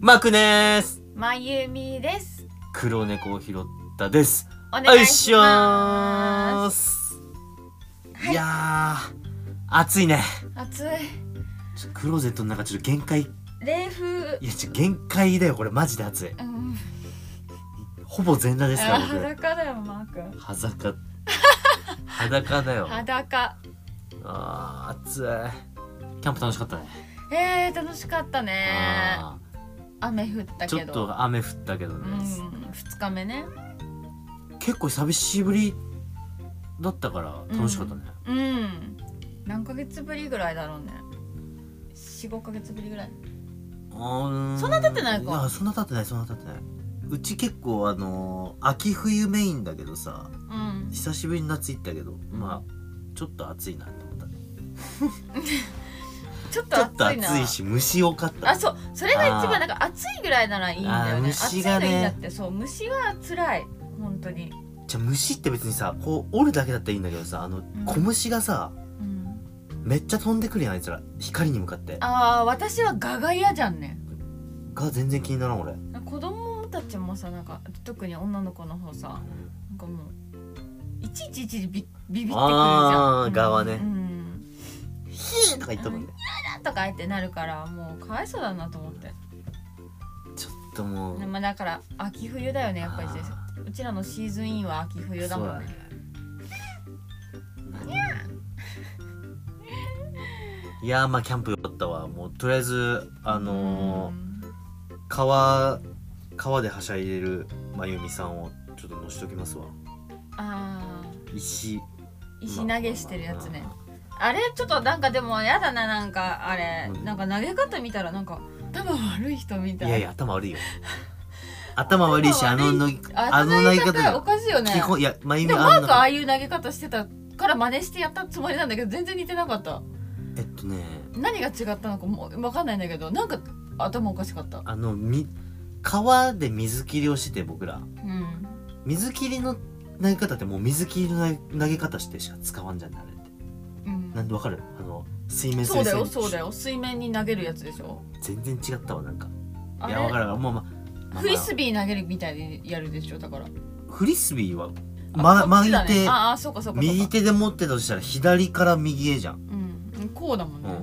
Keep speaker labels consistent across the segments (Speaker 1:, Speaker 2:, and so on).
Speaker 1: マクです
Speaker 2: まゆみです。
Speaker 1: 黒猫を拾ったです
Speaker 2: お
Speaker 1: お
Speaker 2: 願
Speaker 1: い
Speaker 2: い
Speaker 1: し
Speaker 2: し
Speaker 1: ょ
Speaker 2: ま
Speaker 1: ー
Speaker 2: す。
Speaker 1: す、
Speaker 2: はい
Speaker 1: い、やー暑いね
Speaker 2: 暑い。
Speaker 1: ちょっとクローゼットの中ちょっと限界い
Speaker 2: 冷風。
Speaker 1: やちょっと限界だよこれマジで暑い
Speaker 2: うん。
Speaker 1: ほぼ全裸ですから
Speaker 2: あ
Speaker 1: 僕
Speaker 2: 裸だよ、マー君。
Speaker 1: 裸裸だ よ
Speaker 2: 裸。
Speaker 1: あー暑いキャンプ楽しかったね、
Speaker 2: えー、楽しかったね。
Speaker 1: あ
Speaker 2: 雨降った
Speaker 1: ーちょ
Speaker 2: け
Speaker 1: っ
Speaker 2: ど。
Speaker 1: と雨降ったけど
Speaker 2: う
Speaker 1: ね、
Speaker 2: ん、二日目ね。
Speaker 1: 結構久しぶりだったから楽しかったね、
Speaker 2: うん。何ヶ月ぶりぐらいだろうね。四五ヶ月ぶりぐらい。
Speaker 1: あー
Speaker 2: そんな経ってないか
Speaker 1: やそんな経ってないそんな経ってないうち結構あのー秋冬メインだけどさ
Speaker 2: うん。
Speaker 1: 久しぶりに夏行ったけどまあちょっと暑いなって思ったね
Speaker 2: ちょっ
Speaker 1: ち
Speaker 2: と
Speaker 1: ょっと
Speaker 2: 暑いな。
Speaker 1: 暑いし虫多かった
Speaker 2: あ、そう、それが一
Speaker 1: あー
Speaker 2: 番なんか暑いぐらいならいいんだ
Speaker 1: あー
Speaker 2: よね。暑
Speaker 1: 虫
Speaker 2: い
Speaker 1: が
Speaker 2: が
Speaker 1: ね
Speaker 2: いいんだって、そう、虫は辛い。本当に。
Speaker 1: じゃあ虫って別にさこう折るだけだったらいいんだけどさあの
Speaker 2: ん
Speaker 1: 小虫がさ
Speaker 2: うん。
Speaker 1: めっちゃ飛んでくるやんあいつら光に向かって
Speaker 2: ああ私はガが嫌じゃんね
Speaker 1: が全然気にならん俺
Speaker 2: 子供たちもさなんか特に女の子の方さなんかもういちいちいちいちビビビってくるじゃん
Speaker 1: あー
Speaker 2: うん
Speaker 1: ガはね
Speaker 2: うん
Speaker 1: ヒーとか言っとるんで
Speaker 2: なんとかってなるからもうかわいそうだなと思って、
Speaker 1: ちょっともう
Speaker 2: まあ、だから秋冬だよねやっぱり先生
Speaker 1: あ
Speaker 2: うちらのシーズンインは秋冬
Speaker 1: ー
Speaker 2: だ
Speaker 1: そ
Speaker 2: も
Speaker 1: うだ
Speaker 2: ん
Speaker 1: ね
Speaker 2: ね
Speaker 1: いやーまあキャンプよかったわもうとりあえずあのー
Speaker 2: うん
Speaker 1: 川川ではしゃいでるまゆみさんをちょっとのしときますわ
Speaker 2: あ
Speaker 1: 石
Speaker 2: ー石投げしてるやつね
Speaker 1: まあまあま
Speaker 2: あれちょっとなんかでもやだななんかあれ
Speaker 1: うん
Speaker 2: なんか投げ方見たらなんか頭悪い人み
Speaker 1: あ
Speaker 2: た
Speaker 1: い
Speaker 2: い
Speaker 1: やいや頭悪いよ頭悪いしあ
Speaker 2: 頭悪い
Speaker 1: ののあ
Speaker 2: あ
Speaker 1: の
Speaker 2: の
Speaker 1: 投げ
Speaker 2: 投げ
Speaker 1: 方
Speaker 2: 方お
Speaker 1: だ
Speaker 2: かしいよね
Speaker 1: 基本いやまゆみ
Speaker 2: でも
Speaker 1: あ
Speaker 2: マー
Speaker 1: ん
Speaker 2: クあ
Speaker 1: な
Speaker 2: あいう投げ方してたから真似してやったつもりなんだけど全然似てなかった
Speaker 1: えっとね
Speaker 2: 何が違ったのかもう分かんないんだけどなんか頭おかしかった
Speaker 1: あのみ川で水切りをしてて僕ら
Speaker 2: うん
Speaker 1: 水切りの投げ方ってもう水切りの投げ方してしか使わんじゃんねあれって
Speaker 2: うん
Speaker 1: なんでわかるあの水面
Speaker 2: そうだよそうだ
Speaker 1: よ
Speaker 2: よ水面に投げるやつでしょ
Speaker 1: 全然違ったわなんか
Speaker 2: あ
Speaker 1: い
Speaker 2: れ
Speaker 1: やわからんわもうまあまあ
Speaker 2: フリスビー投げるみたいでやるでしょだから
Speaker 1: フリスビーは、
Speaker 2: あ
Speaker 1: ま、
Speaker 2: こっ
Speaker 1: 巻
Speaker 2: ちだ
Speaker 1: い
Speaker 2: ね
Speaker 1: て、
Speaker 2: ああそうかそうかそうか
Speaker 1: 右手で持ってたとしたら左から右へじゃん、
Speaker 2: うんこうだもん
Speaker 1: う
Speaker 2: ね
Speaker 1: ん、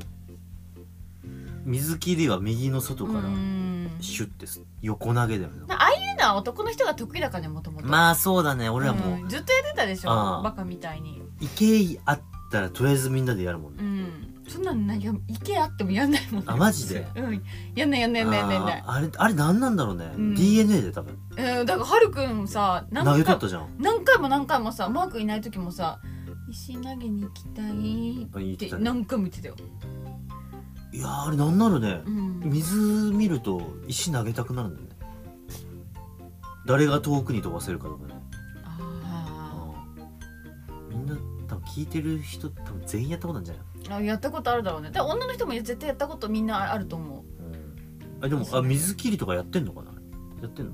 Speaker 1: 水切りは右の外
Speaker 2: う
Speaker 1: から
Speaker 2: ん
Speaker 1: シュッてす横投げだよね
Speaker 2: なああいうのは男の人が得意だからねもともとあ
Speaker 1: まあそうだね俺らもう
Speaker 2: ずっとやってたでしょ
Speaker 1: ああ
Speaker 2: バカみたいに
Speaker 1: 池あったらとりあえずみんなでやるもん
Speaker 2: う
Speaker 1: ね
Speaker 2: んそんなの何か池あってもやんないもんね
Speaker 1: あマジで
Speaker 2: うんやんないやんないやんないやんないやんない
Speaker 1: あーあれあれ何なんだろうね、
Speaker 2: うん
Speaker 1: DNA で多分
Speaker 2: えー、だからはるくんさ何
Speaker 1: 投げ
Speaker 2: 回
Speaker 1: とったじゃん
Speaker 2: 何回も何回もさマークいない時もさ「石投げに行きたい」
Speaker 1: あ言っ
Speaker 2: ってて
Speaker 1: たね
Speaker 2: 何回も言ってたよ、
Speaker 1: いやーあれ何なるね
Speaker 2: うん、
Speaker 1: 水見ると石投げたくなるんだよね誰が遠くに飛ばせるかとかね
Speaker 2: あ
Speaker 1: みんな多分聞いてる人多分全員やったことなんじゃない、
Speaker 2: ーあやったことあるだろうねだから女の人も絶対やったことみんなあると思う
Speaker 1: あでもあ水切りとかやってんのかなやってんの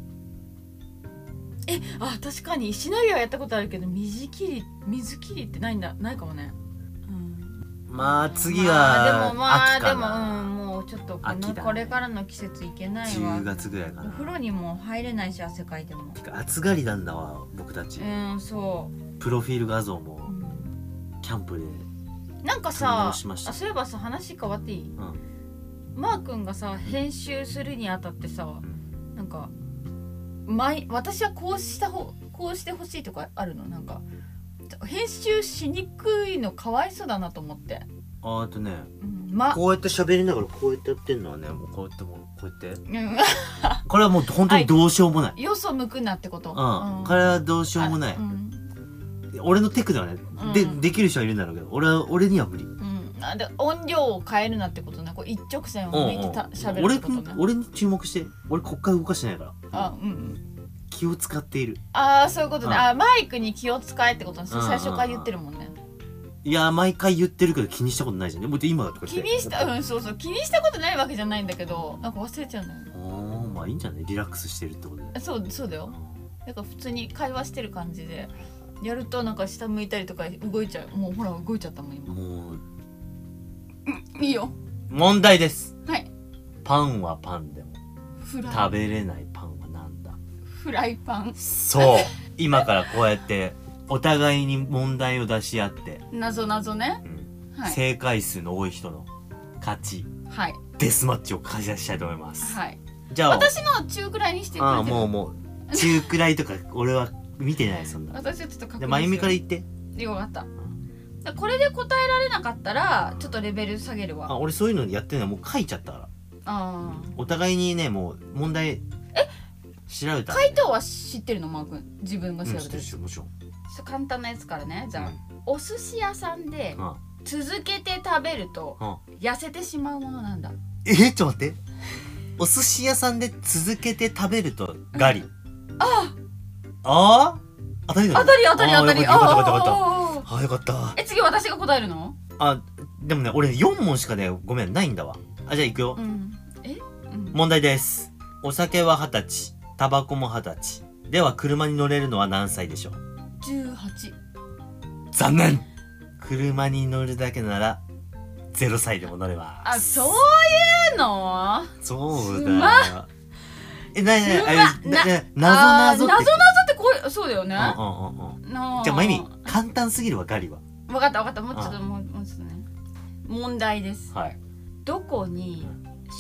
Speaker 2: えあ確かに石投げはやったことあるけど水切り水切りってないんだないかもね、うん、
Speaker 1: まあ次
Speaker 2: まあ
Speaker 1: は
Speaker 2: でもまあ
Speaker 1: 秋か
Speaker 2: で
Speaker 1: な、
Speaker 2: も、うん、もうちょっとこの、
Speaker 1: 秋だね
Speaker 2: これからの季節いけないわ
Speaker 1: 10月ぐらいか
Speaker 2: お
Speaker 1: な
Speaker 2: 風呂にも入れないし汗かいても
Speaker 1: てか暑がりなんだわ僕たち、
Speaker 2: うんそ
Speaker 1: プロフィール画像
Speaker 2: う、う
Speaker 1: も
Speaker 2: ん
Speaker 1: キャンプで
Speaker 2: なんか
Speaker 1: 撮り直
Speaker 2: さ
Speaker 1: しました
Speaker 2: あそういえばさ話変わっていい、
Speaker 1: ん
Speaker 2: マー君がさ編集するにあたってさなんか毎私はこうした方こうしてほしいとかあるのなんか編集しにくいのかわいそうだなと思って、
Speaker 1: あーとね
Speaker 2: うん、ま
Speaker 1: こうやって喋りながらこうやってやってんのはねもうこうやってもうこうやって
Speaker 2: うん
Speaker 1: これはもう本当にどうしようもない、
Speaker 2: よそ向くなってこと、
Speaker 1: うん、これはどうしようもない、
Speaker 2: あうん
Speaker 1: 俺のテクではね、
Speaker 2: うん
Speaker 1: でできる人はいるんだろうけど俺は俺には無理
Speaker 2: うんあで音量を変えるなってことねこう一直線
Speaker 1: うん
Speaker 2: を向いてた喋るっ
Speaker 1: 俺
Speaker 2: てことね
Speaker 1: 俺に注目して俺こっから動かしてないから
Speaker 2: あうんうん
Speaker 1: 気を使っている
Speaker 2: ああそういうことね、
Speaker 1: うん
Speaker 2: あマイクに気を使えってことねそれ
Speaker 1: うん
Speaker 2: 最初から言ってるもんね、
Speaker 1: いやー毎回言ってるけど気にしたことないじゃんねもう今だとか
Speaker 2: 気にしたうんそうそう気にしたことないわけじゃないんだけどなんか忘れちゃうんだよね
Speaker 1: おーまあいいんじゃないリラックスしてるってことで
Speaker 2: そうそうだよなんか普通に会話してる感じでやるとなんか下向いたりとか動いちゃうもうほら動いちゃったもん今
Speaker 1: もう
Speaker 2: いいよ
Speaker 1: 問題です
Speaker 2: はい
Speaker 1: パンはパンでも
Speaker 2: フラ
Speaker 1: 食べれないパンはなんだ
Speaker 2: フライパン
Speaker 1: そう今からこうやってお互いに問題を出し合って、
Speaker 2: なぞなぞね
Speaker 1: うん
Speaker 2: はい
Speaker 1: 正解数の多い人の勝ち
Speaker 2: はい
Speaker 1: デスマッチを開催したいと思います、
Speaker 2: はい
Speaker 1: じゃあ
Speaker 2: 私の中くらいにしてくれて
Speaker 1: あ
Speaker 2: る
Speaker 1: あもうもう中くらいとか俺は見てないそんな
Speaker 2: 私はちょっと確認
Speaker 1: じゃあまゆみから
Speaker 2: よ
Speaker 1: 言って
Speaker 2: かっただこれで答えられなかったらちょっとレベル下げるわ
Speaker 1: あ俺そういうのやってないもう書いちゃったから
Speaker 2: あー
Speaker 1: お互いにねもう問題調べたら
Speaker 2: 回答は知ってるのマー君自分が
Speaker 1: うん
Speaker 2: 調べ
Speaker 1: 知ってて
Speaker 2: る
Speaker 1: るしもちろん
Speaker 2: ちょっと簡単なやつからねじゃあ、
Speaker 1: うん
Speaker 2: お寿司屋さんで
Speaker 1: あ
Speaker 2: 続けて食べると
Speaker 1: あ
Speaker 2: 痩せてしまうものなんだ
Speaker 1: えちょっと待ってお寿司屋さんで続けて食べるとガリ
Speaker 2: あ
Speaker 1: ああ当たりだよ
Speaker 2: 当たり当たり当たり
Speaker 1: あーよかったよかったよかっ
Speaker 2: あーあーあー
Speaker 1: たあよかった
Speaker 2: え次私が答えるの
Speaker 1: あでもね俺4問しかねごめんないんだわあじゃあいくよ、
Speaker 2: うんえ、うん、
Speaker 1: 問題ですお酒は二十歳タバコも二十歳では車に乗れるのは何歳でしょう
Speaker 2: 18
Speaker 1: 残念車に乗るだけなら0歳でも乗れば
Speaker 2: あそういうの
Speaker 1: そう
Speaker 2: うま
Speaker 1: だよえなになに
Speaker 2: うま
Speaker 1: あれなな
Speaker 2: あー
Speaker 1: ぞなぞ
Speaker 2: 謎
Speaker 1: って
Speaker 2: 謎ってこうそうだよね、
Speaker 1: うんうんうんうん
Speaker 2: な
Speaker 1: じゃあまゆみ簡単すぎるわガリは
Speaker 2: 分かった分かったもうちょっ
Speaker 1: あ
Speaker 2: ともうもうちょっとね問題です
Speaker 1: はい
Speaker 2: どこに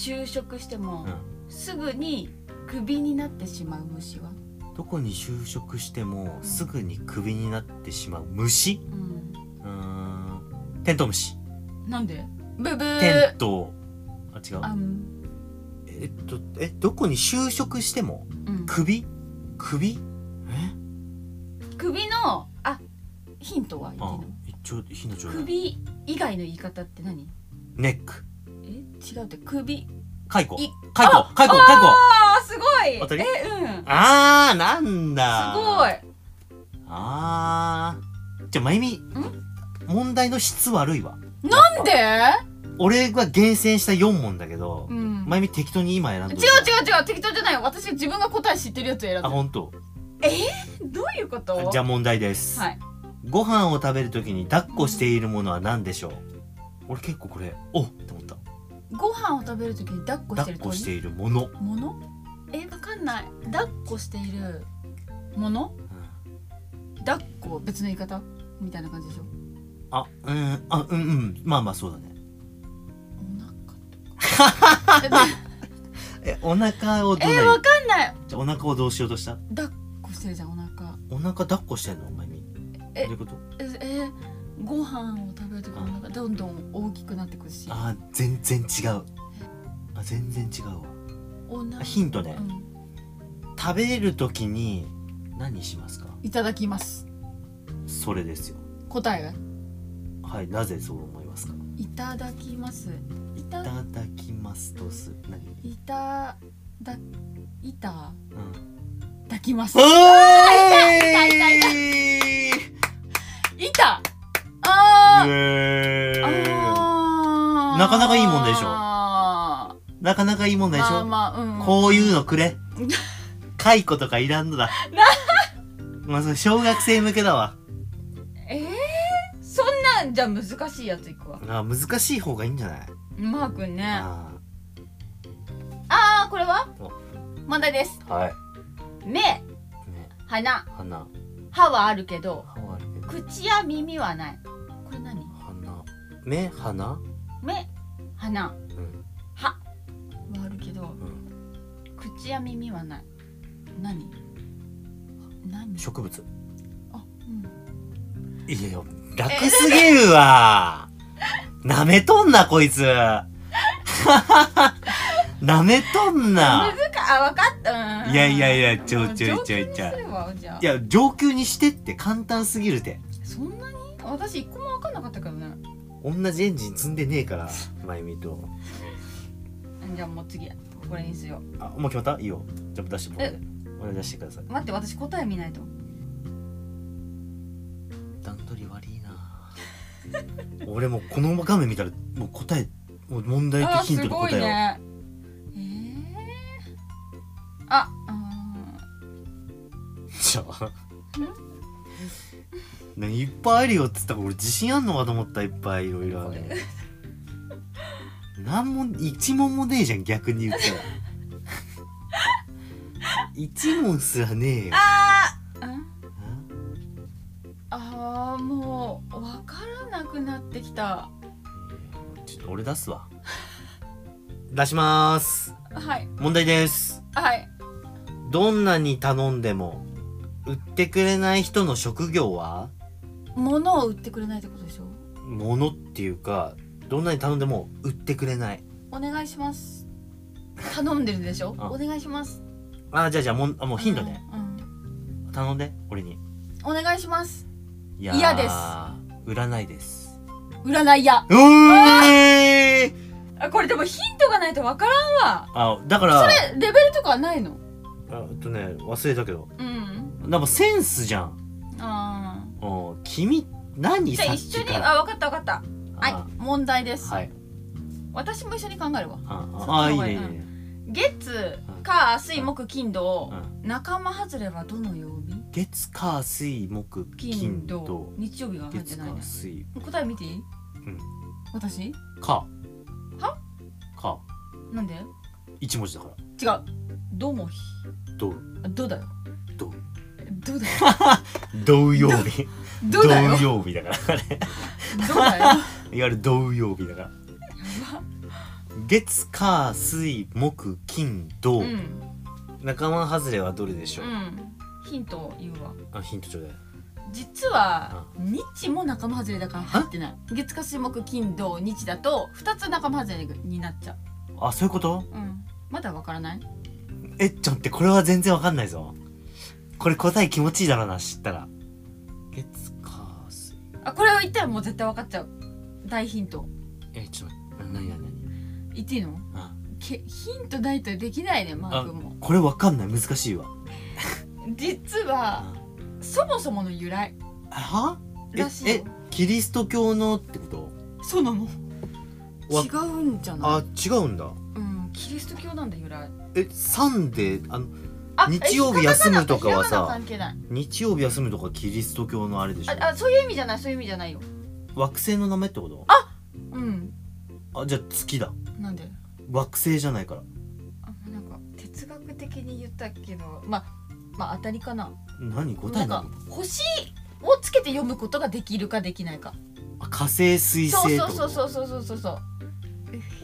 Speaker 2: 就職しても、すぐにクビになってしまう虫は、
Speaker 1: どこに就職してもすぐにクビになってしまう虫
Speaker 2: うん、
Speaker 1: うーんテントウムシ
Speaker 2: なんでブブ
Speaker 1: テ
Speaker 2: ー
Speaker 1: ントウあ違
Speaker 2: あ
Speaker 1: うんえっとえどこに就職しても
Speaker 2: うん
Speaker 1: 首首
Speaker 2: 首のあヒントは言っ
Speaker 1: あ
Speaker 2: ていいの
Speaker 1: 一応ひなちょうだい
Speaker 2: 首以外の言い方って何
Speaker 1: ネック
Speaker 2: え違うって首
Speaker 1: 解雇
Speaker 2: い
Speaker 1: 解雇解雇解雇
Speaker 2: あーすごい
Speaker 1: 当たり
Speaker 2: えうん
Speaker 1: あーなんだ
Speaker 2: す
Speaker 1: あーじゃあまゆみ問題の質悪いわ
Speaker 2: ごいなんで
Speaker 1: 俺は厳選した4問だけど、
Speaker 2: うん
Speaker 1: まゆみ適当に今選んで
Speaker 2: 違う違う
Speaker 1: る
Speaker 2: 違う適当じゃない私自分が答え知ってるやつを選ん
Speaker 1: あ
Speaker 2: だ
Speaker 1: 本当。
Speaker 2: どういうこと
Speaker 1: じゃあ問題です、
Speaker 2: はい
Speaker 1: ご飯を食べるときに抱っこしているものは何でしょう俺結構これおっって思った
Speaker 2: ご飯を食べるときに抱っこして
Speaker 1: 抱
Speaker 2: る
Speaker 1: っこして
Speaker 2: る
Speaker 1: いるもの、
Speaker 2: ものえわかんない抱っこしているもの抱っこ別の言い方みたいな感じでしょ
Speaker 1: あうんあうんうんまあまあそうだね
Speaker 2: お腹 とか
Speaker 1: えお腹をど
Speaker 2: え
Speaker 1: うな
Speaker 2: ー、
Speaker 1: り
Speaker 2: わかんない
Speaker 1: じゃあお腹をどうしようとした
Speaker 2: 抱っこしてるじゃんお腹
Speaker 1: お腹抱っこしてんのまゆみ
Speaker 2: え
Speaker 1: どういうこと
Speaker 2: ええーご飯を食べるときお腹どんどん大きくなってくるし
Speaker 1: あー全然違うあ全然違うわ
Speaker 2: お腹
Speaker 1: あヒントね
Speaker 2: うん
Speaker 1: 食べるときに何しますか
Speaker 2: いただきます
Speaker 1: それですよ
Speaker 2: 答えが
Speaker 1: はいなぜそう思いますか
Speaker 2: いただきますい
Speaker 1: い
Speaker 2: た
Speaker 1: ただきますとす何
Speaker 2: いただいた
Speaker 1: うん
Speaker 2: だきます
Speaker 1: おーい
Speaker 2: 痛いいたあー
Speaker 1: イエーイ
Speaker 2: あー
Speaker 1: なかなかいい問題でしょ
Speaker 2: あ
Speaker 1: なかなかいいもんで
Speaker 2: ー
Speaker 1: し
Speaker 2: まあ
Speaker 1: ょ
Speaker 2: まあうん
Speaker 1: こういうのく れ解雇とかいらんのだまあそれ小学生向けだわ
Speaker 2: えー、そんなんじゃ難しいやついくわ
Speaker 1: あ難しい方がいいんじゃない
Speaker 2: マー君ねあ
Speaker 1: あ
Speaker 2: あーこれは
Speaker 1: お
Speaker 2: 問題です
Speaker 1: ーはい
Speaker 2: 目
Speaker 1: ね
Speaker 2: 鼻
Speaker 1: 花
Speaker 2: 歯はあるけど
Speaker 1: 歯はあるけど
Speaker 2: 口や耳はないこれ何
Speaker 1: 花目花
Speaker 2: 目鼻
Speaker 1: うん
Speaker 2: 歯はあるけど
Speaker 1: うん
Speaker 2: 口や耳はない何何
Speaker 1: 植物
Speaker 2: あ、うん、
Speaker 1: いやいや、楽すぎるわ。なめとんな、こいつ。 なめとん
Speaker 2: 難
Speaker 1: な。
Speaker 2: かあ分かったうん
Speaker 1: いやいやいやちょいちょいちょいちょい
Speaker 2: 上級にするわじゃあ
Speaker 1: いや、上級にしてって簡単すぎるて。
Speaker 2: そんなに私一個も分かんなかったけどね
Speaker 1: 同じエンジン積んでねえから、まゆみと。
Speaker 2: じゃあもう次これにしよう
Speaker 1: あ、もう決まったいいよ。じゃあ出してもらって。俺出してください。
Speaker 2: 待って私答え見ないと
Speaker 1: 段取り悪いな。 俺もうこの画面見たら、もう答え、もう問題
Speaker 2: あ
Speaker 1: と
Speaker 2: ー
Speaker 1: ヒン
Speaker 2: す
Speaker 1: トと
Speaker 2: ごい
Speaker 1: 答えを。
Speaker 2: ねえー、ああ
Speaker 1: じゃあねいっぱいあるよっつったから俺自信あんのかと思ったいっぱいいろいろあるの 何も一問もねえじゃん逆に言ったら一問すらねえよ
Speaker 2: あーん
Speaker 1: ん
Speaker 2: あーもう分からなくなってきた
Speaker 1: ちょっと俺出すわ出します
Speaker 2: はい
Speaker 1: 問題です
Speaker 2: はい
Speaker 1: どんなに頼んでも売ってくれない人の職業は
Speaker 2: 物を売ってくれないってことでしょ
Speaker 1: 物っていうかどんなに頼んでも売ってくれない
Speaker 2: お願いします頼んでるでしょ
Speaker 1: あ
Speaker 2: お願いします
Speaker 1: あじゃあじゃあもんあもう頻度ね、、
Speaker 2: うんうん
Speaker 1: 頼んで俺に
Speaker 2: お願いします
Speaker 1: いー
Speaker 2: 嫌です
Speaker 1: 売らないです
Speaker 2: 占い屋
Speaker 1: うーい
Speaker 2: あこれでもヒントがないと分からん
Speaker 1: あ
Speaker 2: わ
Speaker 1: だから
Speaker 2: えレベルとかはないの
Speaker 1: あえっとね忘れたけど
Speaker 2: うん
Speaker 1: なんかセンスじゃん
Speaker 2: あ
Speaker 1: お君何
Speaker 2: ーじ
Speaker 1: さ
Speaker 2: ゃあ
Speaker 1: っ
Speaker 2: 一緒
Speaker 1: き
Speaker 2: に
Speaker 1: から
Speaker 2: あ分かった分かったはい問題です、
Speaker 1: はい
Speaker 2: 私も一緒に考えるわ
Speaker 1: あ
Speaker 2: そっち
Speaker 1: ああいい
Speaker 2: の方
Speaker 1: ね
Speaker 2: が
Speaker 1: いい
Speaker 2: いい
Speaker 1: ね
Speaker 2: ない
Speaker 1: いね
Speaker 2: 月
Speaker 1: うん
Speaker 2: 火水木金土
Speaker 1: うん
Speaker 2: 仲間外れはどの曜日
Speaker 1: 月火水木金
Speaker 2: 金土
Speaker 1: 土
Speaker 2: 日曜日が入って
Speaker 1: 月
Speaker 2: ない
Speaker 1: 火
Speaker 2: ね
Speaker 1: 水
Speaker 2: 答え見ていい
Speaker 1: うん
Speaker 2: 私
Speaker 1: か
Speaker 2: は
Speaker 1: か
Speaker 2: なんで
Speaker 1: 一文字だから
Speaker 2: 違うども日
Speaker 1: どう
Speaker 2: あどうだよ
Speaker 1: どう
Speaker 2: どうだよ
Speaker 1: 土曜日
Speaker 2: どうだよ
Speaker 1: 土曜日だからあれ
Speaker 2: どうだよ
Speaker 1: いわゆる土曜日だから月火水木金土、
Speaker 2: うん
Speaker 1: 仲間外れはどれでしょ
Speaker 2: う
Speaker 1: う、
Speaker 2: んヒントを言うわ
Speaker 1: あヒントちょうだい
Speaker 2: 実は日も仲間外れだから入ってない月火水木金土日だと2つ仲間外れになっちゃ
Speaker 1: あそういうこと
Speaker 2: う、うん、まだわからない
Speaker 1: えちょっと待ってこれは全然わかんないぞこれ答え気持ちいいだろうな知ったら月火水
Speaker 2: あこれを言ったらもう絶対分かっちゃう大ヒント
Speaker 1: えちょっと待ってな何何何
Speaker 2: 言っていいの
Speaker 1: あ
Speaker 2: けヒントないとできないねマー
Speaker 1: あ
Speaker 2: 君も
Speaker 1: これわかんない難しいわ
Speaker 2: 実は
Speaker 1: あ
Speaker 2: そもそもの由来
Speaker 1: はえ
Speaker 2: らしいよ
Speaker 1: えキリスト教のってこと
Speaker 2: そうなの
Speaker 1: わ
Speaker 2: 違うんじゃな
Speaker 1: あ
Speaker 2: い
Speaker 1: 違うんだ
Speaker 2: うんキリスト教なんだ由来
Speaker 1: えサンデーあの
Speaker 2: あ
Speaker 1: 日曜日休むとかはさ
Speaker 2: ひらがな関係ない
Speaker 1: 日曜日休むとかキリスト教のあれでしょ
Speaker 2: ああそういう意味じゃないそういう意味じゃないよ
Speaker 1: 惑星の名前ってこと
Speaker 2: うん
Speaker 1: あじゃあ月だ
Speaker 2: なんで
Speaker 1: 惑星じゃないから
Speaker 2: あなんか哲学的に言ったけどまあまあ当たりかな
Speaker 1: 何答
Speaker 2: な
Speaker 1: え
Speaker 2: ん
Speaker 1: な
Speaker 2: か
Speaker 1: の
Speaker 2: 星をつけて読むことができるかできないか
Speaker 1: あ火星水
Speaker 2: そ
Speaker 1: 星
Speaker 2: う
Speaker 1: って
Speaker 2: そ
Speaker 1: こ
Speaker 2: う
Speaker 1: と
Speaker 2: そうそうそうそうそうそう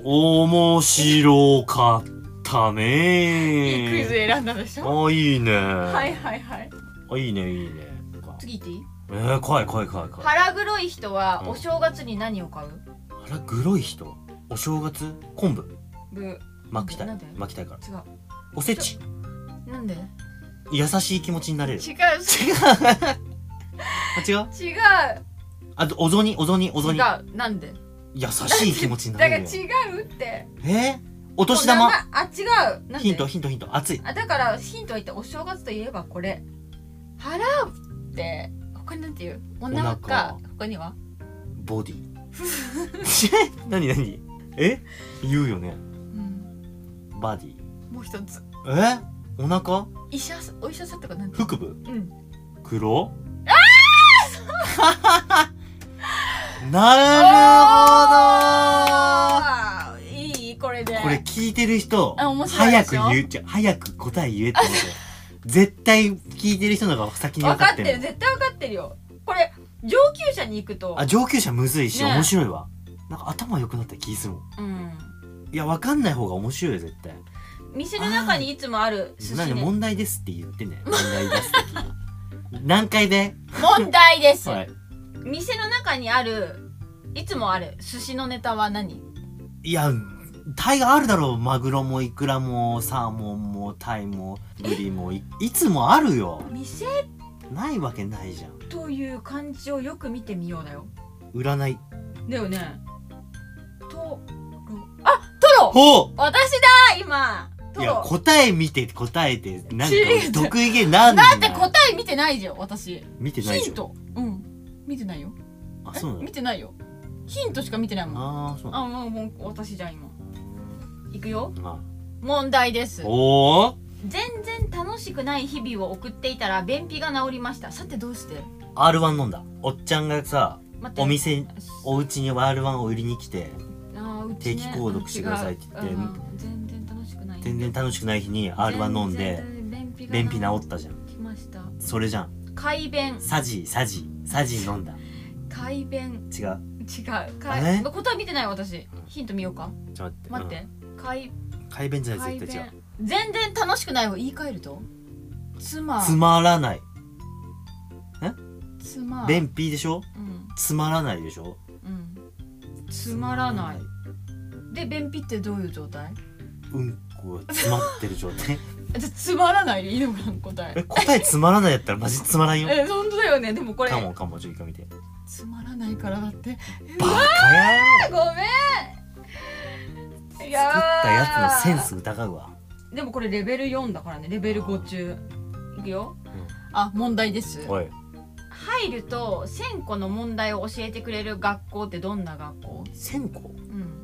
Speaker 1: 面白かった
Speaker 2: いいクイズ
Speaker 1: ね
Speaker 2: 選んだでしょ
Speaker 1: あいいね
Speaker 2: はいはいはい
Speaker 1: あいいねいいね
Speaker 2: 次言っていい
Speaker 1: えー、怖い怖い怖い怖い
Speaker 2: 腹黒い人は
Speaker 1: うん
Speaker 2: お正月に何を買う、
Speaker 1: 腹黒い人お正月昆布
Speaker 2: ぶ違う
Speaker 1: 巻きたい
Speaker 2: なんで
Speaker 1: 巻きたいからおせち
Speaker 2: なんで
Speaker 1: 優しい気持ちになれ
Speaker 2: 違う
Speaker 1: る
Speaker 2: 違
Speaker 1: 違
Speaker 2: う
Speaker 1: うあ違う
Speaker 2: 違
Speaker 1: あとお雑煮お雑煮お雑煮
Speaker 2: うなんで
Speaker 1: 優しい気持ちに
Speaker 2: だ
Speaker 1: な
Speaker 2: か
Speaker 1: れ
Speaker 2: ら違
Speaker 1: る
Speaker 2: うって
Speaker 1: えー、お年玉
Speaker 2: もう名前あ違うなんで
Speaker 1: ヒントヒントヒント熱い
Speaker 2: あだからヒント言ってお正月といえばこれ払うって他になんていうお腹
Speaker 1: お腹
Speaker 2: 他には
Speaker 1: ボ ディ何何え言うよね
Speaker 2: うん
Speaker 1: バディ
Speaker 2: もう一つ
Speaker 1: えお腹
Speaker 2: 医者さお医者さんとかなんていう
Speaker 1: 腹部
Speaker 2: うん
Speaker 1: 黒 あなる
Speaker 2: あーいいこれで
Speaker 1: ほどこれ聞いてる人
Speaker 2: あ面白いで
Speaker 1: 早く
Speaker 2: しょ
Speaker 1: 言うちゃ早く答え言えって こと絶対聞いてる人の方が先に分
Speaker 2: 分
Speaker 1: かっ
Speaker 2: かってて
Speaker 1: る
Speaker 2: る絶対分かってるよこれ上級者に行くと
Speaker 1: あ上級者むずいし、
Speaker 2: ね
Speaker 1: 面白いわなんか頭良くなった気するもん
Speaker 2: うん
Speaker 1: いや分かんない方が面白いよ絶対
Speaker 2: 店の中にいつもある寿
Speaker 1: なん
Speaker 2: 司
Speaker 1: で
Speaker 2: ね
Speaker 1: 問題ですって言ってね 問題ですって何回で
Speaker 2: 問題です、
Speaker 1: はい
Speaker 2: 店の中にあるいつもある寿司のネタは何
Speaker 1: いやタイがあるだろうマグロもイクラもサーモンもタイもブリもいいつもあるよ
Speaker 2: 店
Speaker 1: ないわけないじゃん
Speaker 2: という漢字をよく見てみようだよ
Speaker 1: 占い
Speaker 2: だよねとろあトロ
Speaker 1: ほう
Speaker 2: 私だ今ト
Speaker 1: いや
Speaker 2: ロ
Speaker 1: 答え見て答えてなんか
Speaker 2: 違う
Speaker 1: 得意げなん
Speaker 2: だって答え見てないじゃん私
Speaker 1: 見てないで
Speaker 2: ヒ
Speaker 1: し
Speaker 2: ン
Speaker 1: ょ
Speaker 2: トうん見てないよ
Speaker 1: あ
Speaker 2: え
Speaker 1: そうなの
Speaker 2: 見てないよヒントしか見てないもん
Speaker 1: あーそうなの
Speaker 2: あもうもう私じゃん今いくよ
Speaker 1: ま
Speaker 2: 問題です
Speaker 1: あおお
Speaker 2: 全然楽しくない日々を送っていたら便秘が治りましたさてどうして
Speaker 1: R1 飲んだおっちゃんがさ
Speaker 2: 待って
Speaker 1: お店
Speaker 2: お
Speaker 1: お家に R1 を売りに来て定
Speaker 2: 定
Speaker 1: 期購読してくださいって言って
Speaker 2: 全然楽しくない
Speaker 1: 全然楽しくない日に R1 飲んで
Speaker 2: 全然便ピが
Speaker 1: 便秘治ったじゃん
Speaker 2: きました
Speaker 1: それじゃん
Speaker 2: 快便
Speaker 1: サジサジサジ飲んだ
Speaker 2: 快便
Speaker 1: 違う
Speaker 2: 違う
Speaker 1: あ
Speaker 2: 快
Speaker 1: れ
Speaker 2: 答え見てない私ヒント見ようか
Speaker 1: ちょっと
Speaker 2: 待って、快
Speaker 1: うん快便じゃない
Speaker 2: 快
Speaker 1: 絶対違う
Speaker 2: 便全然楽しくないを言い換えると妻
Speaker 1: つまらない
Speaker 2: 妻
Speaker 1: 便秘でしょ
Speaker 2: うん
Speaker 1: つまらないでしょ
Speaker 2: うんつまらないで便秘ってどういう状態
Speaker 1: うんこが詰まってる状態
Speaker 2: えじゃあつまらないでいいのかな答
Speaker 1: え
Speaker 2: え
Speaker 1: 答えつまらないやったらマジつまらんよ
Speaker 2: え本当だよねでもこれ
Speaker 1: かもかもちょいか見て
Speaker 2: つまらないからだって
Speaker 1: バカやろ
Speaker 2: ごめんい
Speaker 1: 作ったやつのセン
Speaker 2: ー
Speaker 1: ス疑うわ
Speaker 2: でもこれレベル4だからねレベル5中いくよ、
Speaker 1: ん
Speaker 2: あ問題です
Speaker 1: おい
Speaker 2: 入ると1000個の問題を教えてくれる学校ってどんな学校
Speaker 1: 線香
Speaker 2: うん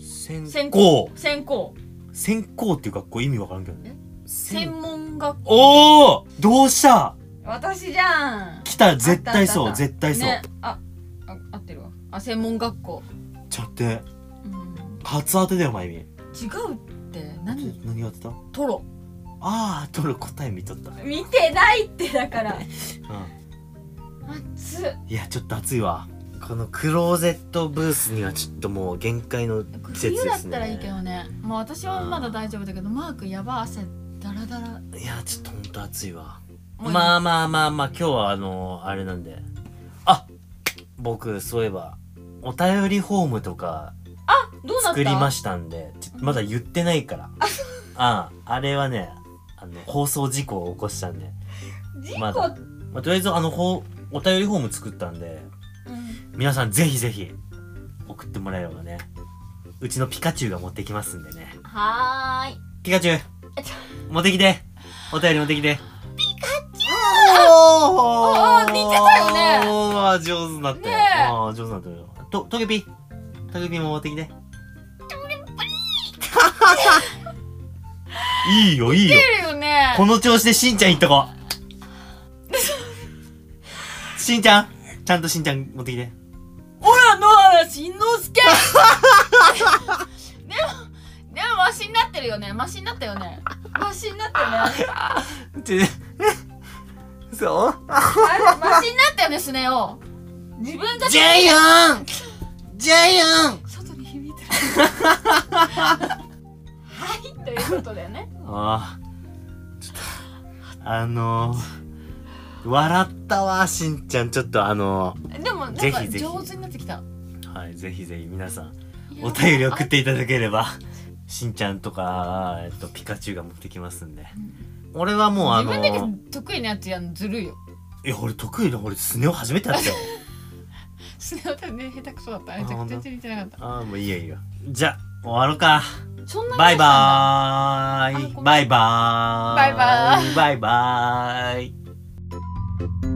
Speaker 1: 線香
Speaker 2: 専攻専攻
Speaker 1: 線香っていう学校意味わからんけどね
Speaker 2: え
Speaker 1: 線
Speaker 2: 専門学校
Speaker 1: おおどうした
Speaker 2: 私じゃん
Speaker 1: 来た絶対
Speaker 2: あ
Speaker 1: そう
Speaker 2: ったあった
Speaker 1: 絶対そう、
Speaker 2: ね、ああ合ってるわあ専門学校、
Speaker 1: ちょっと待って
Speaker 2: うん、
Speaker 1: 初当てだよまゆみ
Speaker 2: 違うって何
Speaker 1: 何が当てた
Speaker 2: トロ
Speaker 1: ああ取る答え見とった、うん、
Speaker 2: 見てないって だから熱っ
Speaker 1: いやちょっと暑いわこのクローゼットブースにはちょっともう限界の季節です
Speaker 2: 冬
Speaker 1: ね
Speaker 2: だったらいいけどねまあ私はまだ大丈夫だけどマークやば汗だらだら
Speaker 1: いやちょっとほんと暑いわ
Speaker 2: もう
Speaker 1: まあまあまあまあ今日はあのあれなんであ僕そういえばお便りフォームとか
Speaker 2: どうなった
Speaker 1: 作りましたんでちょまだ言ってないからあああれはねあの放送事故を起こしたんで、
Speaker 2: 事故、
Speaker 1: まだまあ、とりあえずあのほうお便りフォーム作ったんで
Speaker 2: うん
Speaker 1: 皆さんぜひぜひ送ってもらえればねうちのピカチュウが持ってきますんでね
Speaker 2: はーい
Speaker 1: ピカチュウ
Speaker 2: あちょ
Speaker 1: 持ってきてお便り持ってきてピカチュウお
Speaker 2: あ似てたよね
Speaker 1: おー上手になったよ、
Speaker 2: ねえ
Speaker 1: あー上手になったよとトゲピトゲピも持ってきてトゲピ いいよいいよ
Speaker 2: 出るよね
Speaker 1: この調子でしんちゃんいっとこ うしんちゃんちゃんとしんちゃん持ってきて
Speaker 2: ほら野原しんの すけでもでもマシになってるよねマシになったよねマシになったよね
Speaker 1: ちょ そう
Speaker 2: あマシになったよねスネ夫自分が
Speaker 1: ジャイアンジャイアン
Speaker 2: 外に響い てるはいということでね
Speaker 1: ああ、ちょっと、あのー、笑ったわ、しんちゃん。ちょっとあの
Speaker 2: でもなん
Speaker 1: ぜ
Speaker 2: か
Speaker 1: ひぜひ
Speaker 2: 上手になってきた
Speaker 1: ー、はい、ぜひぜひ皆さん、お便り送っていただければ、しんちゃんとか、えっと、ピカチュウが持ってきますんで。俺はもうあ
Speaker 2: 自
Speaker 1: の
Speaker 2: 分
Speaker 1: ー、
Speaker 2: だけ得意なやつやんのずるいよ
Speaker 1: いや、俺得意だ。俺、スネ夫初めてやったよ。
Speaker 2: スネ夫ね下手くそだったあれ
Speaker 1: あほんと
Speaker 2: 全然見てなかった
Speaker 1: ああ、もういいよいいよ。じゃ、終わろうか。
Speaker 2: そんなに
Speaker 1: バイバ
Speaker 2: あごめ
Speaker 1: ーイ。
Speaker 2: ん
Speaker 1: バイバーイ。
Speaker 2: バイバ
Speaker 1: イ。バイバーイ。